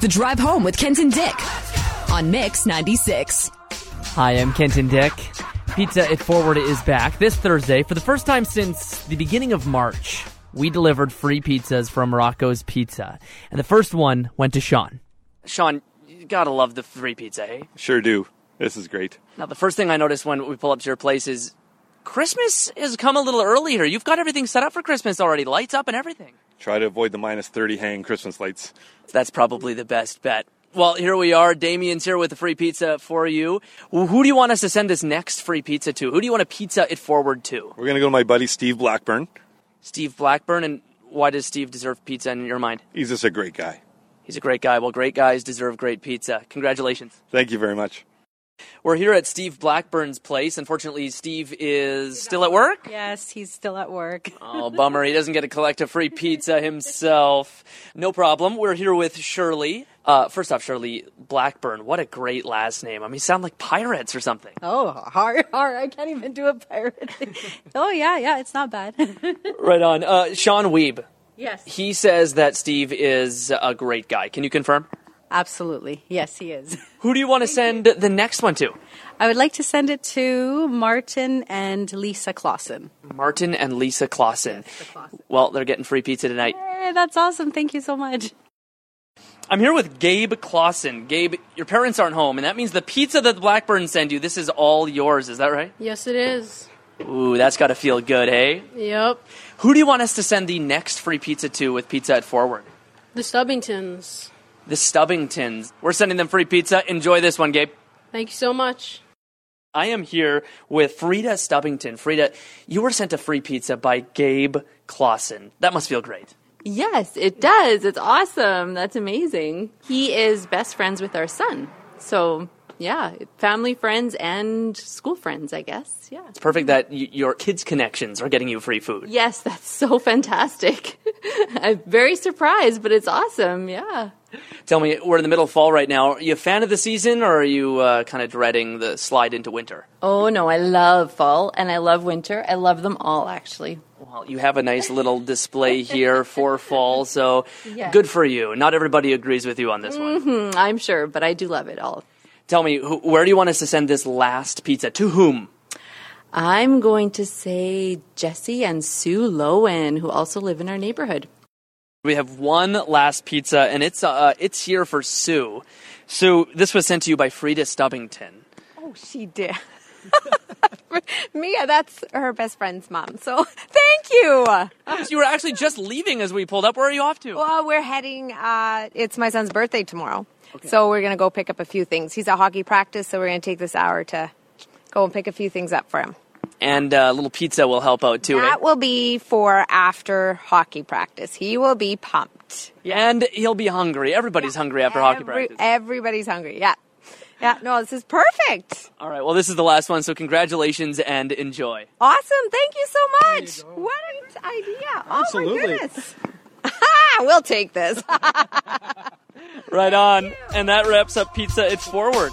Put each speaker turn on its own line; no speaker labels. The Drive Home with Kent and Dick on Mix 96.
Hi, I'm Kenton Dick. Pizza It Forward is back this Thursday. For the first time since the beginning of March, we delivered free pizzas from Rocco's Pizza. And the first one went to Sean. Sean, you gotta love the free pizza, hey?
Sure do. This is great.
Now, the first thing I noticed when we pull up to your place is Christmas has come a little earlier. You've got everything set up for Christmas already, lights up and everything.
Try to avoid the minus 30 hanging Christmas lights.
That's probably the best bet. Well, here we are. Damien's here with a free pizza for you. Who do you want us to send this next free pizza to? Who do you want to pizza it forward to?
We're going to go to my buddy Steve Blackburn.
Steve Blackburn, and why does Steve deserve pizza in your mind?
He's just a great guy.
He's a great guy. Well, great guys deserve great pizza. Congratulations.
Thank you very much.
We're here at Steve Blackburn's place. Unfortunately, Steve is still at work.
Yes, he's still at work.
Oh, bummer. He doesn't get to collect a free pizza himself. No problem. We're here with Shirley. Uh, first off, Shirley Blackburn, what a great last name. I mean, you sound like pirates or something.
Oh, hard, hard. I can't even do a pirate thing. Oh, yeah, yeah, it's not bad.
Right on. Uh, Sean Weeb.
yes.
He says that Steve is a great guy. Can you confirm?
Absolutely. Yes, he is.
Who do you want to send the next one to?
I would like to send it to Martin and Lisa Clausen.
Martin and Lisa Clausen. Well, they're getting free pizza tonight.
Hey, that's awesome. Thank you so much.
I'm here with Gabe Clausen. Gabe, your parents aren't home, and that means the pizza that the Blackburns send you, this is all yours. Is that right?
Yes, it is.
Ooh, that's got to feel good, hey?
Yep.
Who do you want us to send the next free pizza to with Pizza at Forward?
The Stubbingtons.
The Stubbingtons. We're sending them free pizza. Enjoy this one, Gabe.
Thank you so much.
I am here with Frida Stubbington. Frida, you were sent a free pizza by Gabe Clausen. That must feel great.
Yes, it does. It's awesome. That's amazing. He is best friends with our son. So, yeah, family friends and school friends, I guess. Yeah.
It's perfect that y- your kids' connections are getting you free food.
Yes, that's so fantastic. I'm very surprised, but it's awesome. Yeah.
Tell me, we're in the middle of fall right now. Are you a fan of the season or are you uh, kind of dreading the slide into winter?
Oh, no, I love fall and I love winter. I love them all, actually.
Well, you have a nice little display here for fall, so good for you. Not everybody agrees with you on this one.
Mm, I'm sure, but I do love it all.
Tell me, who, where do you want us to send this last pizza? To whom?
I'm going to say Jesse and Sue Lowen, who also live in our neighborhood.
We have one last pizza, and it's uh, it's here for Sue. Sue, this was sent to you by Frida Stubbington.
Oh, she did. Mia, that's her best friend's mom. So thank you.
So you were actually just leaving as we pulled up. Where are you off to?
Well, we're heading, uh, it's my son's birthday tomorrow. So we're going to go pick up a few things. He's at hockey practice, so we're going to take this hour to go and pick a few things up for him.
and uh, little pizza will help out too. eh?
That will be for after hockey practice. He will be pumped.
And he'll be hungry. Everybody's hungry after hockey
Every-
practice.
Everybody's hungry. Yeah. Yeah. No, this is perfect.
All right. Well, this is the last one, so congratulations and enjoy.
Awesome. Thank you so much. What an idea.
Absolutely.
Oh, my goodness. we'll take this.
Right on. And that wraps up Pizza It's Forward.